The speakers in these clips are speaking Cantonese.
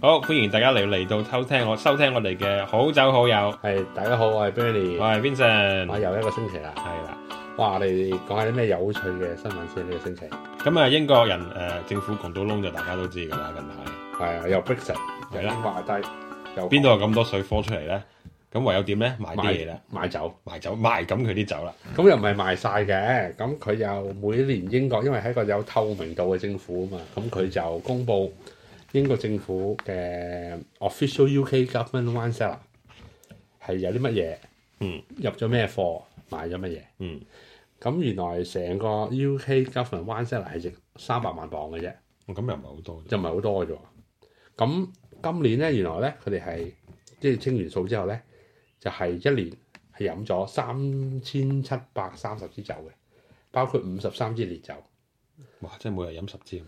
好，歡迎大家嚟嚟到偷聽我收聽我哋嘅好酒好友，係大家好，我係 Benny，我係 Vincent，我又一個星期啦。係啦。哇，你哋講下啲咩有趣嘅新聞先？呢、個星期咁啊，英國人誒、呃政府窮到窿就大家都知㗎啦，近排係啊，又 Brexit，係又啦英華低，又邊度有咁多水科出嚟咧？咁唯有點咧？賣啲嘢啦，買酒？賣酒賣咁佢啲酒啦，咁又唔係賣晒嘅，咁佢又每年英國因為係一個有透明度嘅政府啊嘛，咁佢就公布英國政府嘅 official UK government wine cellar 係有啲乜嘢，嗯，入咗咩貨，買咗乜嘢，嗯，咁原來成個 UK government wine cellar 係值三百萬磅嘅啫，咁又唔係好多啫。就唔係好多嘅啫喎。咁今年咧，原來咧佢哋係即係清完數之後咧，就係、一年係飲咗三千七百三十支酒嘅，包括五十三支烈酒。哇！即係每日飲十支，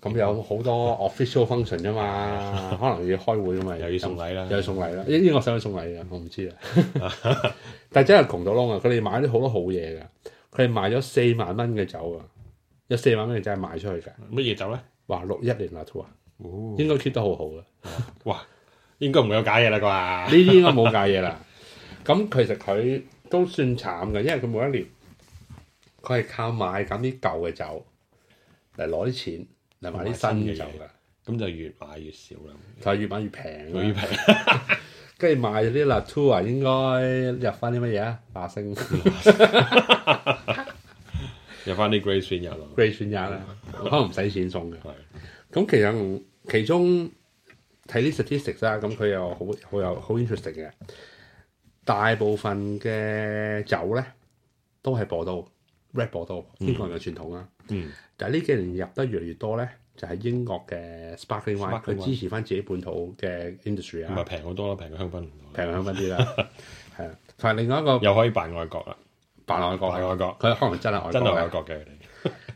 咁有好多 official function 啫 嘛，可能要開會噶嘛，又要送禮啦，又要送禮啦。英英國使唔使送禮啊？我唔知啊。 但係真係窮到窿啊！佢哋買咗好多好嘢㗎，佢哋賣咗四萬蚊嘅酒啊，有四萬蚊嘅酒係賣出去㗎。乜嘢酒咧？哇！六一年啦，都啊，哦，應該 keep 得好好嘅。哇！應該唔會有假嘢啦啩？呢啲應該冇假嘢啦。咁其實佢都算慘嘅，因為佢每一年佢係靠買緊啲舊嘅酒嚟攞啲錢嚟買啲新嘅酒㗎，咁就越買越少啦，就係越買越越平啦。啊平跟住賣啲 Latour 啊應該入翻啲乜嘢啊？馬星有翻啲 Grey Wine 入咯。 Grey 選一啦，啊可能唔使錢送嘅。係咁其實其中睇啲 statistics 啦，咁佢又好好有好 interesting 嘅。大部分嘅酒咧都係波都 red 波都英國人嘅傳統啦。嗯，但係呢幾年入得越嚟越多咧，就係、英國嘅 sparkling wine， Sparkling 佢 wine 嗯支持翻自己本土嘅 industry 唔係啊，平好多啦，平過香檳唔多啦，平香翻啲 啦。係啊，同埋另外一個又可以扮外國啦，白外國，扮外國，佢可能真係外國真係外嘅。國嘅佢哋。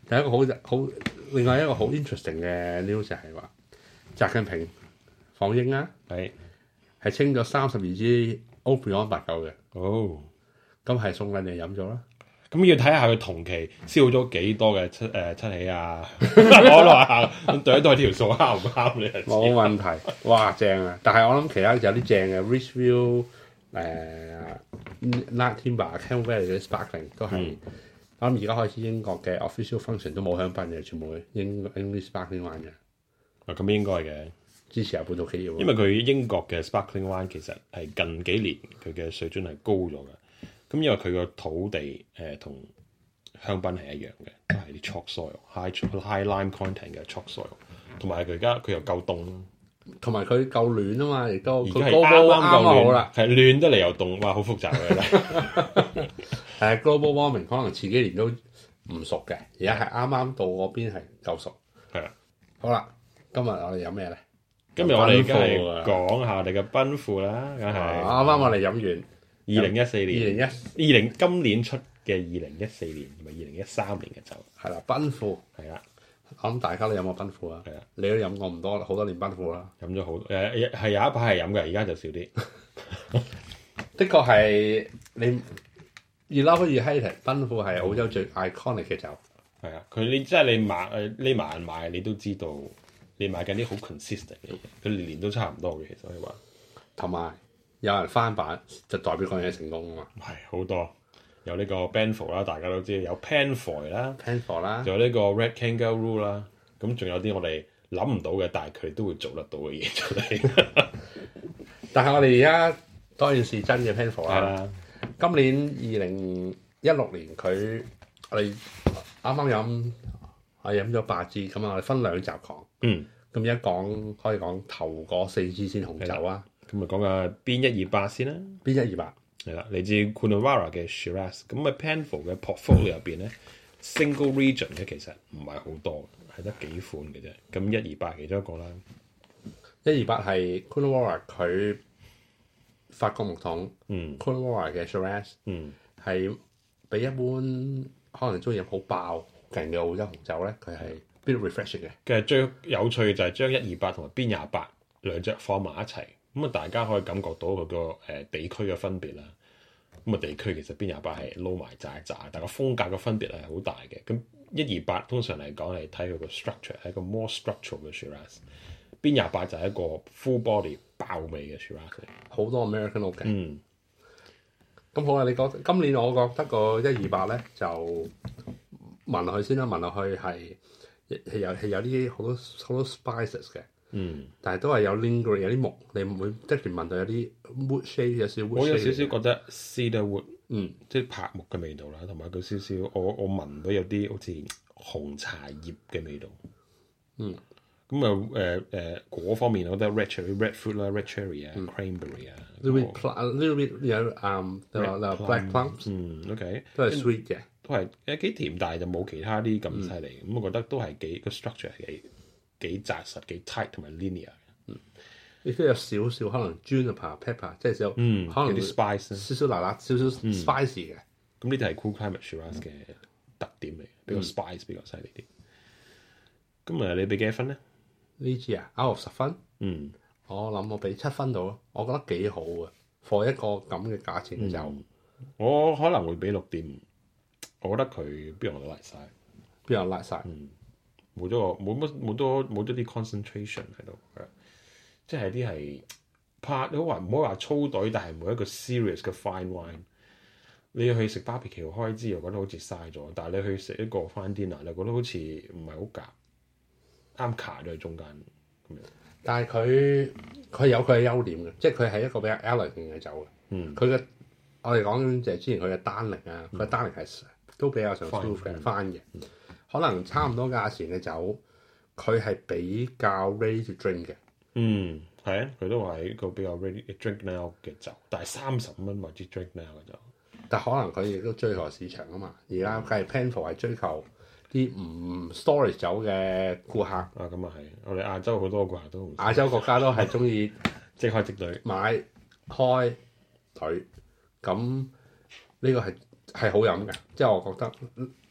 第一個好好，另外一個好 interesting 嘅 news 就係話，習近平訪英啊。係係清咗三十二支 o p i o n 白酒嘅，哦，咁係送禮你飲咗啦。咁要睇下佢同期燒咗幾多嘅七誒七喜啊， 可樂啊，咁對一對條數啊啱唔啱你就知？冇問題， 哇正啊！但係我諗其他有啲正嘅 Richview 誒 Nat Timber、c a m b e l l 嗰啲 Sparkling 都係。嗯我諗而家開始英國嘅 official function 都冇香檳嘅，全部英 English Sparkling wine 嘅，啊咁應該嘅，支持下本土企業。因為佢英國嘅 sparkling wine 其實係近幾年佢嘅水準係高咗嘅。咁因為佢個土地誒同、香檳係一樣嘅，都係啲 chalk soil、high high lime content 嘅 chalk soil，同埋佢而家佢又夠凍啦，同埋佢夠暖啊嘛，亦都而佢家係啱 global 啱啱啱夠好暖啦。，係暖得嚟又凍，哇！好複雜啊嘅真係，誒 global warming 可能前幾年都唔熟嘅，而家係啱啱到嗰邊係夠熟。係啊啦。好啦，今日我哋飲咩咧？今日我哋而家奔富係啊講下你嘅奔富啦，梗係啊啱啱我哋飲完二零一四二年、零一係二零今年出嘅二零一四年同埋二零一三年嘅酒，啦，奔富，係啦，我諗大家都飲過奔富啊係啊，你都飲過唔多好多年奔富啦。飲咗好多，誒係有一排係飲嘅，而家就少啲，的確係你越嬲越 hate，奔富係澳洲最 iconic 嘅酒，係啊，佢你即係你買誒匿埋眼買，你都知道你買緊啲好 consistent 嘅嘢，佢年年都差唔多嘅，其實可以話同埋有人翻版就代表嗰樣嘢成功啊嘛。係好多，有呢個 Benford 啦，大家都知，有 Penfoy 啦， p a n f o r 啦，仲有呢個 Red Kangaroo 啦，咁仲有啲我哋諗唔到嘅，但係佢哋都會做得到嘅嘢出嚟，但係我哋而家當然是真嘅 p a n f o r 係啦。啦。今年二零一六年佢我哋啱啱飲，我飲咗八支，咁啊我哋分兩集講。嗯。咁而家講可以講頭嗰四支先紅酒啊，咁啊，講下邊一二八先啦，邊一二八係啦，嚟自 Coonawarra 嘅 Shiraz，咁啊 Penfolds 嘅 portfolio 入邊咧，single region 嘅其實唔係好多，係得幾款嘅啫。咁一二八其中一個啦，一二八係 c o o n a w a r a 佢法國木桶嗯 c o o n a w a r a 嘅 Shiraz 嗯，係比一般可能中意飲好爆勁嘅澳洲紅酒咧，佢係 bit refreshing 嘅。其實最有趣嘅就係將一二八同埋邊廿八兩隻放埋一齊，咁啊大家可以感覺到佢個誒地區嘅分別啦。咁啊地區其實邊廿八係撈埋炸一炸，但個風格嘅分別係好大嘅。咁一二八通常嚟講係睇佢個 structure 係一個 more structural 嘅 Shiraz。邊廿八就係一個 full body 爆味嘅 Shiraz 嚟。好多 American oak 嘅。嗯，咁好啦，啊你覺得今年我覺得個一二八咧就聞落去先啦，聞落去係係有係有啲好多好多 spices 嘅，嗯，但係都係有 lingering 有啲木，你唔會即時聞到有啲 wood shade 有少少 wood 我哦 shade 有嘅。少少覺得 cedar wood，嗯即係柏木嘅味道啦，同埋佢少少我我聞到有啲好似紅茶葉嘅味道。嗯，咁啊誒誒果方面，我覺得 red cherry、red fruit 啦、red cherry 啊、cranberry 嗯啊， ，little bit pl- a little bit 有嗯就話嗱 black plums 嗯，OK。都係 sweet 嘅。都係誒幾甜，但係就冇其他啲咁犀利。咁、嗯我覺得都係幾個 structure 係幾幾紮實、幾 tight 同埋 linear 嘅。亦都有少少可能 juniper pepper，即係有嗯，可能有啲嗯 spice 啦。少少辣辣、少少 spicy 嘅。咁呢啲係 cool climate 嗯 Shiraz 嘅特點嚟，比較 spice 比較犀利啲。咁誒、啊你俾幾多分咧？呢支啊，out of 十分，嗯，我諗我俾七分到咯，我覺得幾好啊，for 一個咁嘅價錢嗯就我可能會俾六點五。我覺得佢邊樣都嚟晒，邊有辣晒。嗯冇咗個冇乜冇多冇咗啲 concentration 喺度，係啊即係啲係 part 你好話唔好話粗隊，但係每一個 serious 嘅 fine wine。你要去食 barbecue 開支，又覺得好似嘥咗；但係你去食一個 fine dinner，你覺得好似唔係好夾，啱卡咗喺中間咁樣。但係佢佢有佢嘅優點嘅，即係佢係一個比較 elegant 嘅酒嘅。嗯佢嘅我哋講緊就係之前佢嘅單寧啊，佢嘅單寧係都比較上 Fine，嗯 smooth 嘅 fine 嘅，可能差唔多價錢嘅酒，佢係比較 ready to drink 嘅。嗯，係啊，佢都話係一個比較 ready drink now 嘅酒，但係三十蚊或者 drink now 嘅酒。但可能佢亦都追求市場啊嘛。而嗯家梗係 Penfolds 係追求啲唔 storage 酒嘅顧客，啊，咁啊係，我哋亞洲好多個客都亞洲國家都係中意即開即隊。買開隊，咁呢個係係好飲嘅。即係我覺得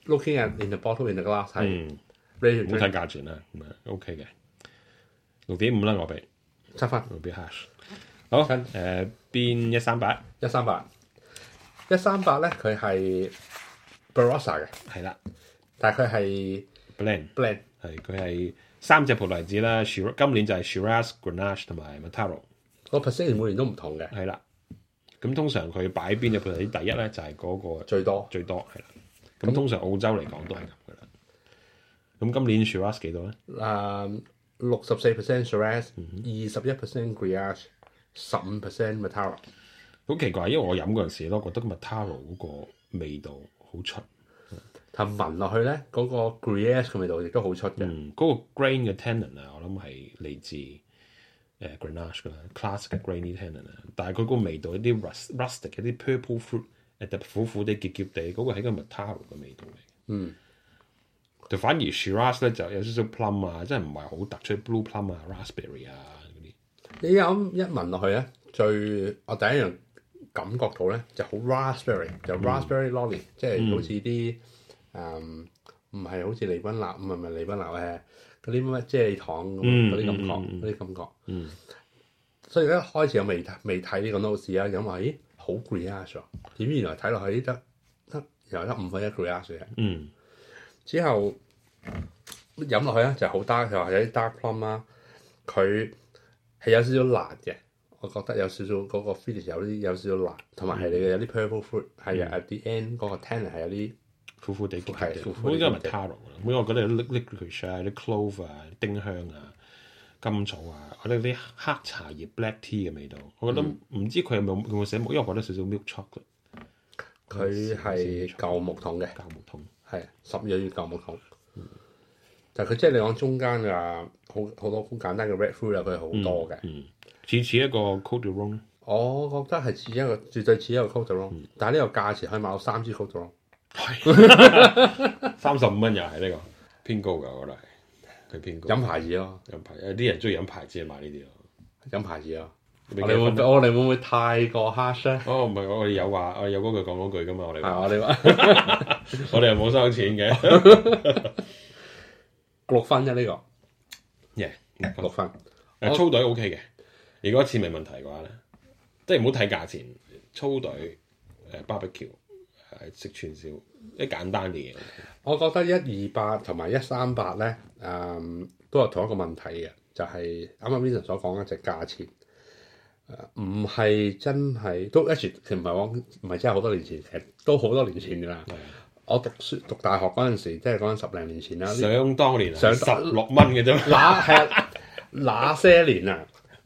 looking at in the bottle in the glass 係嗯， ready 唔 to 好睇 drink 價錢啦，咁啊 OK 嘅，六點五啦，我俾七分我俾 hash。好，跟誒邊一三八一三八一三八咧，佢係 Barossa 嘅，係啦但係佢係，blend blend 係佢係三隻葡萄子啦，Shiraz 今年就係 Shiraz、Grenache 同埋 Mataro 個 percent 每年都唔同嘅，係啦。咁通常佢擺邊隻葡萄子第一咧就係嗰個最多最多係啦。咁通常澳洲嚟講都係咁噶啦。咁今年 Shiraz 幾多咧？誒啊六十四 percent Shiraz，二嗯十一 percent Grenache，十五 percent Mataro。好奇怪，因為我飲嗰陣時咯，覺得 Mataro 嗰個味道好出，但聞落去咧，嗰、個 Grenache 嘅味道亦都好出嘅。嗯，嗰、個 grain 嘅 tannin 啊，我諗係嚟自誒、呃 Grenache 㗎啦，classic 嘅 grainy tannin 啊，但係佢個味道有啲 rust rustic 有啲 purple fruit 誒特別苦苦地澀澀地，嗰、個係一個 Mataro 嘅味道嚟。嗯，就反而 Shiraz 咧就有少少 plum 啊，真係唔係好突出 blue plum 啊、raspberry 啊嗰啲。你飲一聞落去咧，最我第一樣感覺到咧就好 raspberry，就嗯 raspberry lolly，、即係好似啲誒唔係好似利賓納，唔係唔係利賓納誒嗰啲乜啫喱糖咁嗯嗰啲感覺，嗰啲、感覺。嗯。所以咧開始我未睇未睇呢個 notes 啊，因為咦好 Grenache 喎點原來睇落去得得又得五分一 Grenache 嘅。嗯之後飲落去咧就好 dark，佢話有啲 dark plum 啦，佢係有少少辣嘅，我覺得有少少嗰個 finish 有啲有少少辣，同埋係嗯你嘅有啲 purple fruit 係啊啲 end 嗰個 tannin 係有啲苦苦地澀澀係地，苦我苦地應該係澀 taro 啦。每我覺得有 lic licorice 啊、有啲 clove 啊、丁香啊、甘草啊，我覺得有啲黑茶葉 black tea 嘅味道。我覺得唔知佢有冇有冇寫木，因為我覺得少少 milk chocolate 佢係舊木桶嘅，膠木桶。係十二月舊木桶。嗯但係佢即係你講中間啊，好好多好簡單嘅 red fruit 啊，佢係好多嘅。嗯，似似一個 cold r o n 我覺得係似一個絕對似一個 c o d e r o 嗯 n 但係呢個價錢可以買到三支 c o d e r o n 三十五蚊又係呢個偏高㗎，我覺得係佢偏高。飲牌子咯，飲牌有啲人中意飲牌子啊買呢啲咯。飲牌子咯。你我俾哋幾多會分我哋會唔會太過 harsh 咧？哦，唔係我哋有話，我哋有嗰句講嗰句㗎嘛，我哋係啊話我哋話 我哋又冇收錢嘅。六分啫，呢 Yeah，個六分。誒我粗隊 O K 嘅，如果錢未問題嘅話咧，即係唔好睇價錢，粗隊誒 barbecue 誒食串燒，啲簡單啲嘢。嗯我覺得一二八同埋一三八咧，誒都有同一個問題嘅，就係啱啱 Vincent 所講嘅就係價錢，呃唔係真係都 actually 其實唔係講唔係真係好多年前，其實都好多年前㗎啦。我讀書讀大學嗰陣時，即係講緊十零年前啊啦。呢想當年想係十六蚊嘅啫嘛，那係啊那些年啊，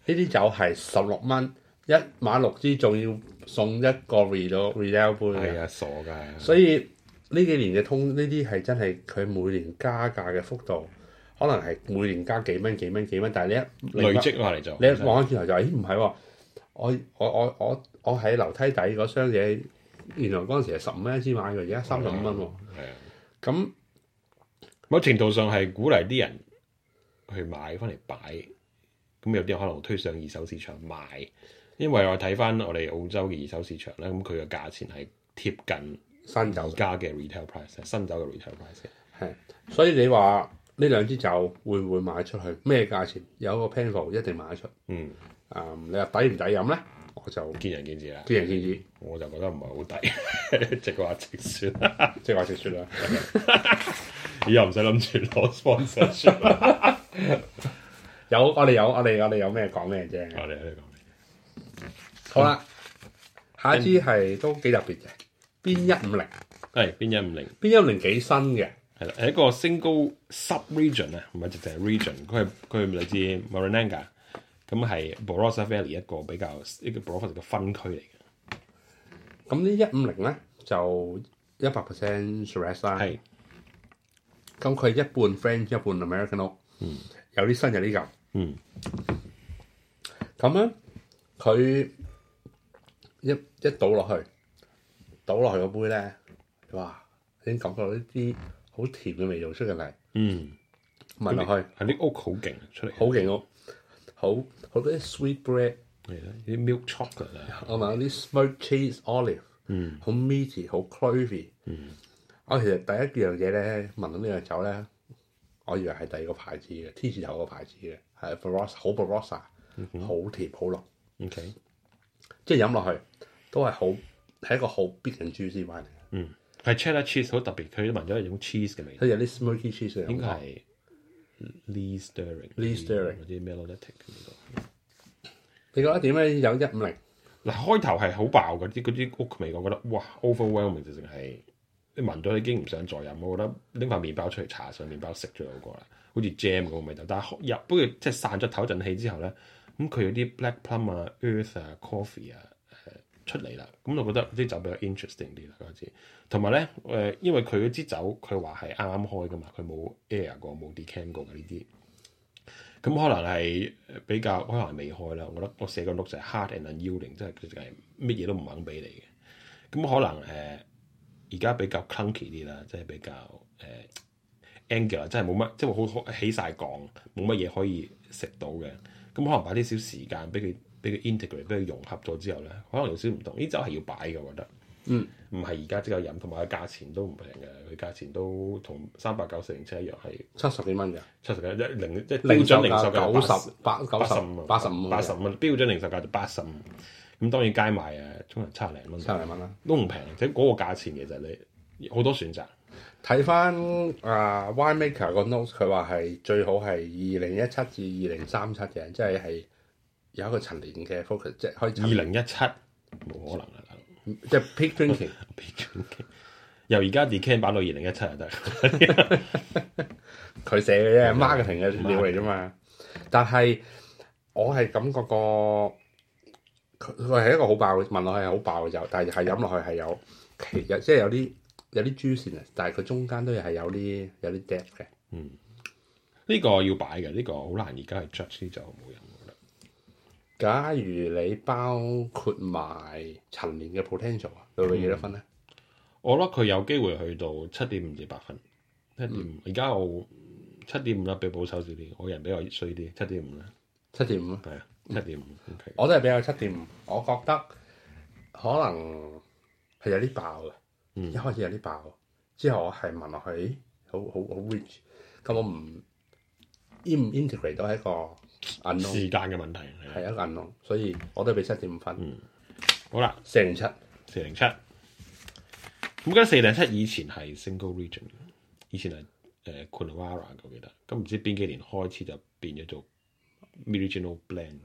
呢啲酒係十六蚊一買六支，仲要送一個 redo redo 杯係啊！啊，傻㗎。所以呢幾年嘅通呢啲係真係佢每年加價嘅幅度，可能係每年加幾蚊幾蚊幾蚊，但係你一累積落嚟就你一望翻轉頭就咦唔係喎，我我我我我喺樓梯底嗰箱嘢，原來嗰陣時係十五蚊一支買嘅，而家三十五蚊喎，係啊，咁。某程度上係鼓勵啲人去買翻嚟擺，咁有啲可能會推上二手市場賣，因為我睇翻我哋澳洲嘅二手市場咧，咁佢嘅價錢係貼近新酒而家嘅 retail price，新酒嘅 retail price 嘅。係，所以你話呢兩支酒會唔會賣出去？咩價錢？有個 panel 一定賣得出。嗯，啊、你話抵唔抵飲咧？我就見仁見智啦，見仁見智，我就覺得唔係好抵， 直話直説啦，即係話直説啦。以後唔使諗住攞 sponsor 啦。有我哋有我哋我哋有咩講 咩我啫。哋喺度講，好啦，下一支係都幾特別嘅，B 一五零係邊一五零？ ，B 一五零幾新嘅，係啦，係一個 single sub region 啊，唔係直情係 region，佢係佢係嚟自 Marananga，咁係 Barossa Valley 一個比較一個 Barossa 嘅分區嚟嘅，咁呢一五零咧就一百 percent Shiraz 啦。係咁佢一半 French 一半 American oak，有啲新有啲舊，嗯，咁樣佢一一倒落去，倒落去個杯咧，哇，已經感覺到一啲好甜嘅味道出緊嚟，嗯，聞落去係啲屋好勁出嚟，好勁喎，好好多啲 sweet bread，係啦，啲 milk chocolate 啊，我聞有啲 smoked cheese olive，嗯，好 meaty，好 clovey，嗯，我其實第一樣嘢咧聞到呢樣酒咧，我以為係第二個牌子嘅 T 字頭個牌子嘅，係 Barossa，好 Barossa，好嗯甜好濃。 ，OK，即係飲落去都係好係一個好必然 juicy wine 嚟嘅，嗯，係 cheddar cheese 好特別，佢聞咗係種 cheese 嘅味道，佢有啲 smoky cheese 嘅應感該覺，係 Lee Stirring、 Lee Stirring 嗰啲 melodic 嘅味道。你覺得點咧？有一五零嗱，開頭係好爆嗰啲嗰啲屋味，我覺得哇 overwhelming 直情係你聞到已經唔想再飲，我覺得拎塊麵包出嚟搽上麵包食咗就好過啦，好似 jam 咁嘅味道。但係入不過即係散咗唞陣氣之後咧，咁佢有啲 black plum 啊、earth 啊、coffee 啊誒出嚟啦，咁我覺得啲酒比較 interesting 啲啦開始。同埋咧誒，因為佢嗰支酒佢話係啱啱開噶嘛，佢冇 air 過冇 decant 過嘅呢啲。咁可能係比較可能未開啦。我覺得我寫個 note 就係 hard and unyielding，即係佢係乜嘢都唔肯俾你嘅。咁可能誒而家比較 clunky 啲啦，即係比較誒、angular，即係冇乜，即係好好起晒槓，冇乜嘢可以食到嘅。咁可能擺啲少時間俾佢俾佢 integrate，俾佢融合咗之後咧，可能有少少唔同。呢酒係要擺嘅，我覺得。嗯，唔係而家即刻飲，同埋價錢都唔平嘅，佢價錢都同三百九四零七一樣係七十幾蚊嘅，七十嘅一零即係標零售準零售價價九十八九八十十五啊八十五八十五蚊，標準零售價就八十五。咁當然街賣啊，通常七零蚊七十零蚊啦。都唔平，即係嗰個價錢其實你好多選擇。睇翻啊 winemaker 個 note，佢話係最好係二零一七至二零三七嘅，即係係有一個陳年嘅 focus，即係可以二陳零一七冇可能啊啦，大佬即係 peak drinking。 由而家 decan 擺到二零一七就得。佢寫嘅啫，marketing 嘅料嚟啫嘛。但係我係感覺個佢佢係一個好爆嘅，聞落去係好爆嘅酒，但係係飲落去係有其有即係有啲有啲 juiciness，但係佢中間都係有啲有啲 depth 嘅。呢個要擺嘅，呢個好難而家去 judge 呢就好冇人。我覺得假如你包括埋陳年嘅 potential 啊，嗯你會幾多分咧？我覺得佢有機會去到七點五至八分，七點嗯五。而家我七點五啦，比較保守少啲，我人比較衰啲，七點五啦，七點五，係啊，七點五 OK。我都係比較七點五。我覺得可能係有啲爆嘅，嗯一開始有啲爆，之後我係聞落去，咦好好好 rich。咁我唔 in 唔 integrate 到係一個 unknown，時間嘅問題係啊係一個 unknown，所以我都係俾七點五嗯分，好啦，四零七。四零七。咁嗰得四零七以前係 single region，嘅以前係誒 Coonawarra 嘅我記得。咁唔知邊幾年開始就變咗做 Miriginal Blend 嘅。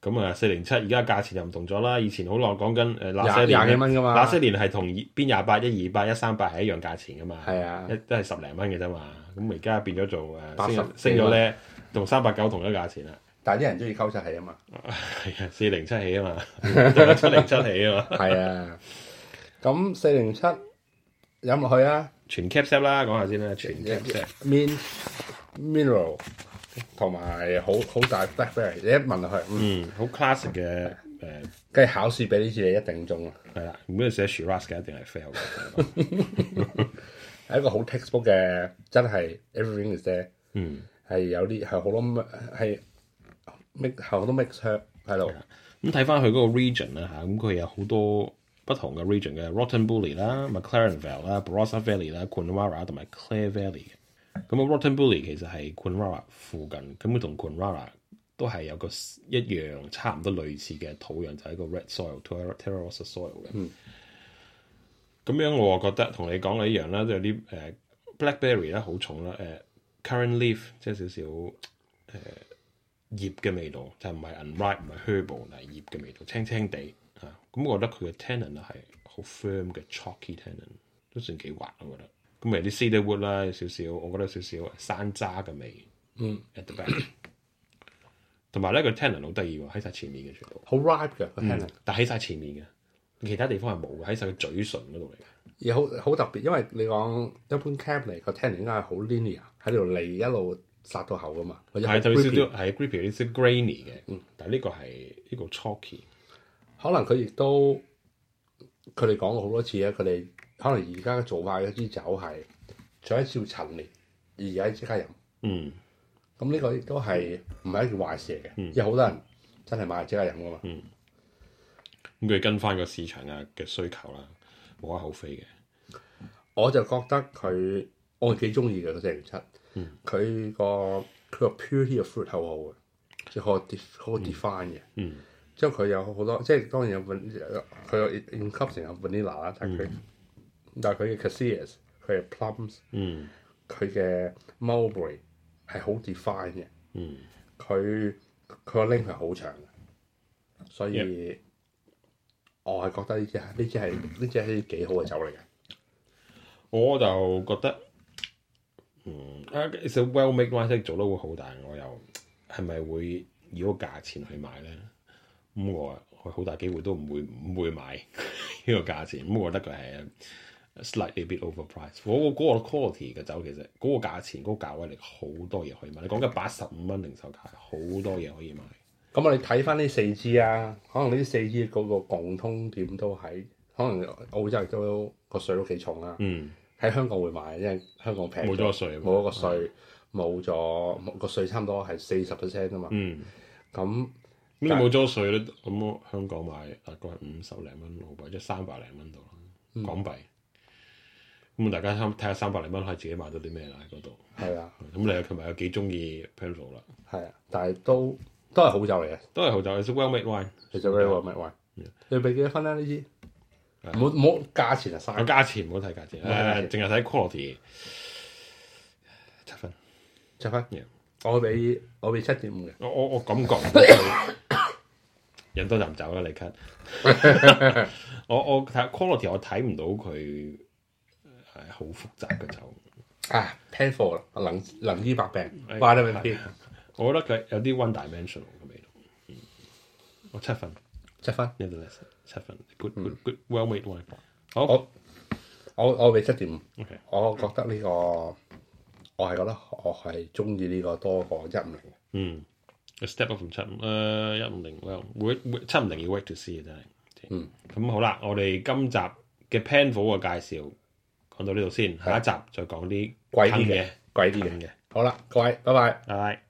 咁啊，四零七而家價錢又唔同咗啦。以前好耐講緊誒，那些廿廿年幾蚊㗎嘛那些年係同邊廿八、一二八、一三八係一樣價錢噶嘛。係啊一都係十零蚊嘅啫嘛。咁而家變咗做呃八誒十升升咗咧，同三百九同一價錢啦。 但係啲人中意溝晒氣啊嘛。係啊，四零七起啊嘛， 七零七起啊嘛，係啊，咁四零七飲落去啊全 capset 啦，講下先啦，全 capset ，min mineral 同埋好好大 blackberry，你一聞落去，嗯嗯，好 classic 嘅誒跟住考試俾呢次你一定中啊，係啦，如果你寫 Shiraz 嘅一定係 fail 嘅，係一個好 textbook 嘅，真係 everything is there，嗯，係有啲係好多係 mix 係好多 mix 香喺度，咁睇翻佢嗰個 region 啦嚇，咁佢有好多不同嘅 region 嘅，Rotenbully 啦、McLaren Vale 啦、Barossa Valley 啦、Coonawarra 同埋 Clare Valley 嘅。咁啊，Rotenbully 其實係 Coonawarra 附近，咁佢同 Coonawarra 都係有個一樣差唔多類似嘅土壤，就係、一個 red soil、terra terra rossa soil 嘅。咁樣我覺得同你講嘅一樣啦，都有啲誒、呃 blackberry 啦，好重啦，誒、current leaf 即係少少誒、呃葉嘅味道，就唔係 unripe 唔係 herbal，但係葉嘅味道，青青地嚇。咁、我覺得佢嘅 tannin 啊係好 firm 嘅 chalky tannin，都算幾滑我覺得。咁咪有啲 cedar wood 啦，有少少，我覺得有少少山楂嘅味，嗯，at the back。同埋咧，佢 tannin 好得意喎，喺晒前面嘅全部，好 ripe 嘅個 tannin，但喺晒前面嘅，其他地方係冇嘅，喺晒佢嘴唇嗰度嚟嘅。而好好特別，因為你講一般 cab 嚟個 tannin 應該係好 linear 喺度嚟一路殺到口噶嘛，或者好係特別 grippy 少少係 grippy 有啲 grainy 嘅，但係呢個係呢個 chalky，可能佢亦都佢哋講過好多次咧，啊佢哋可能而家嘅做法有啲酒係再一次陳年，而而家即刻飲。嗯，咁呢個亦都係唔係一件壞事嚟嘅，因為好多人真係買嚟即刻飲噶嘛。咁佢跟翻個市場啊嘅需求啦，無可厚非嘅。我就覺得佢我係幾中意嘅佢四零七，佢個佢個 purity of fruit 好好嘅，即係好 def 好 define 嘅。嗯之後佢有好多，即係當然有 van- 佢有 in cup 成有 vanilla 啦，但係佢、但係佢嘅 cassias 佢嘅 plums。嗯佢嘅 mulberry 係好 define 嘅，嗯，佢佢個 link 係好長嘅，所以我係覺得呢支呢支係呢支係幾好嘅酒嚟嘅。我就覺得，嗯啊，it's a well made wine 即係做得會好，但係我又係咪會以嗰個價錢去買咧？咁我我好大機會都唔會唔會買 呢個價錢，咁我覺得佢係 slightly bit overpriced。我嗰個 quality 嘅酒其實嗰個價錢嗰個價位嚟好多嘢可以買，你講緊八十五蚊零售價好多嘢可以買。咁我哋睇翻呢四支啊，可能呢四支嗰個共通點都喺，可能澳洲亦都個税都幾重啦、嗯，喺香港會買，因為香港平冇咗個税啊嘛冇咗個税，冇咗冇個税差唔多係四十 percent 啊嘛。嗯，咁咁你冇咗個税咧，咁我香港買大概五十零蚊澳幣，即係三百零蚊度啦，港幣。咁啊大家睇下三百零蚊可以自己買到啲咩啦喺嗰度。係啊咁你又琴日有幾中意 p e n t o 啦？係啊，但係都都係好酒嚟嘅。都係好酒，it's a well made wine。其實 very well made wine。你俾幾多分啦？呢支嗯冇冇價錢就啊有嘥價錢唔好睇價錢，誒淨嗯係睇 quality。七分，七分 Yeah。我俾我俾七點五嘅，我我我感覺 飲多就唔走啦， 你 cut。我我睇 quality，我睇唔到佢係好複雜嘅酒。啊 pan for 啦，能能醫百病哎，vitamin B 我覺得佢有啲 one dimensional 嘅味道。嗯，我七分七分， n e t h e r l e s 七分，good 嗯 good good well made wine。好好我我俾七點五， ，OK，我覺得呢個我係覺得我係中意呢個多過一五零，嗯，a step up from 七五，誒一五零，well wait- wait- 七五零要 wait to see 啊真係。嗯，咁好啦，我哋今集嘅 Panvel 嘅介紹講到呢度先，下一集再講啲貴坑啲嘅，貴啲坑嘅。嘅，好啦，各位，拜拜。拜拜。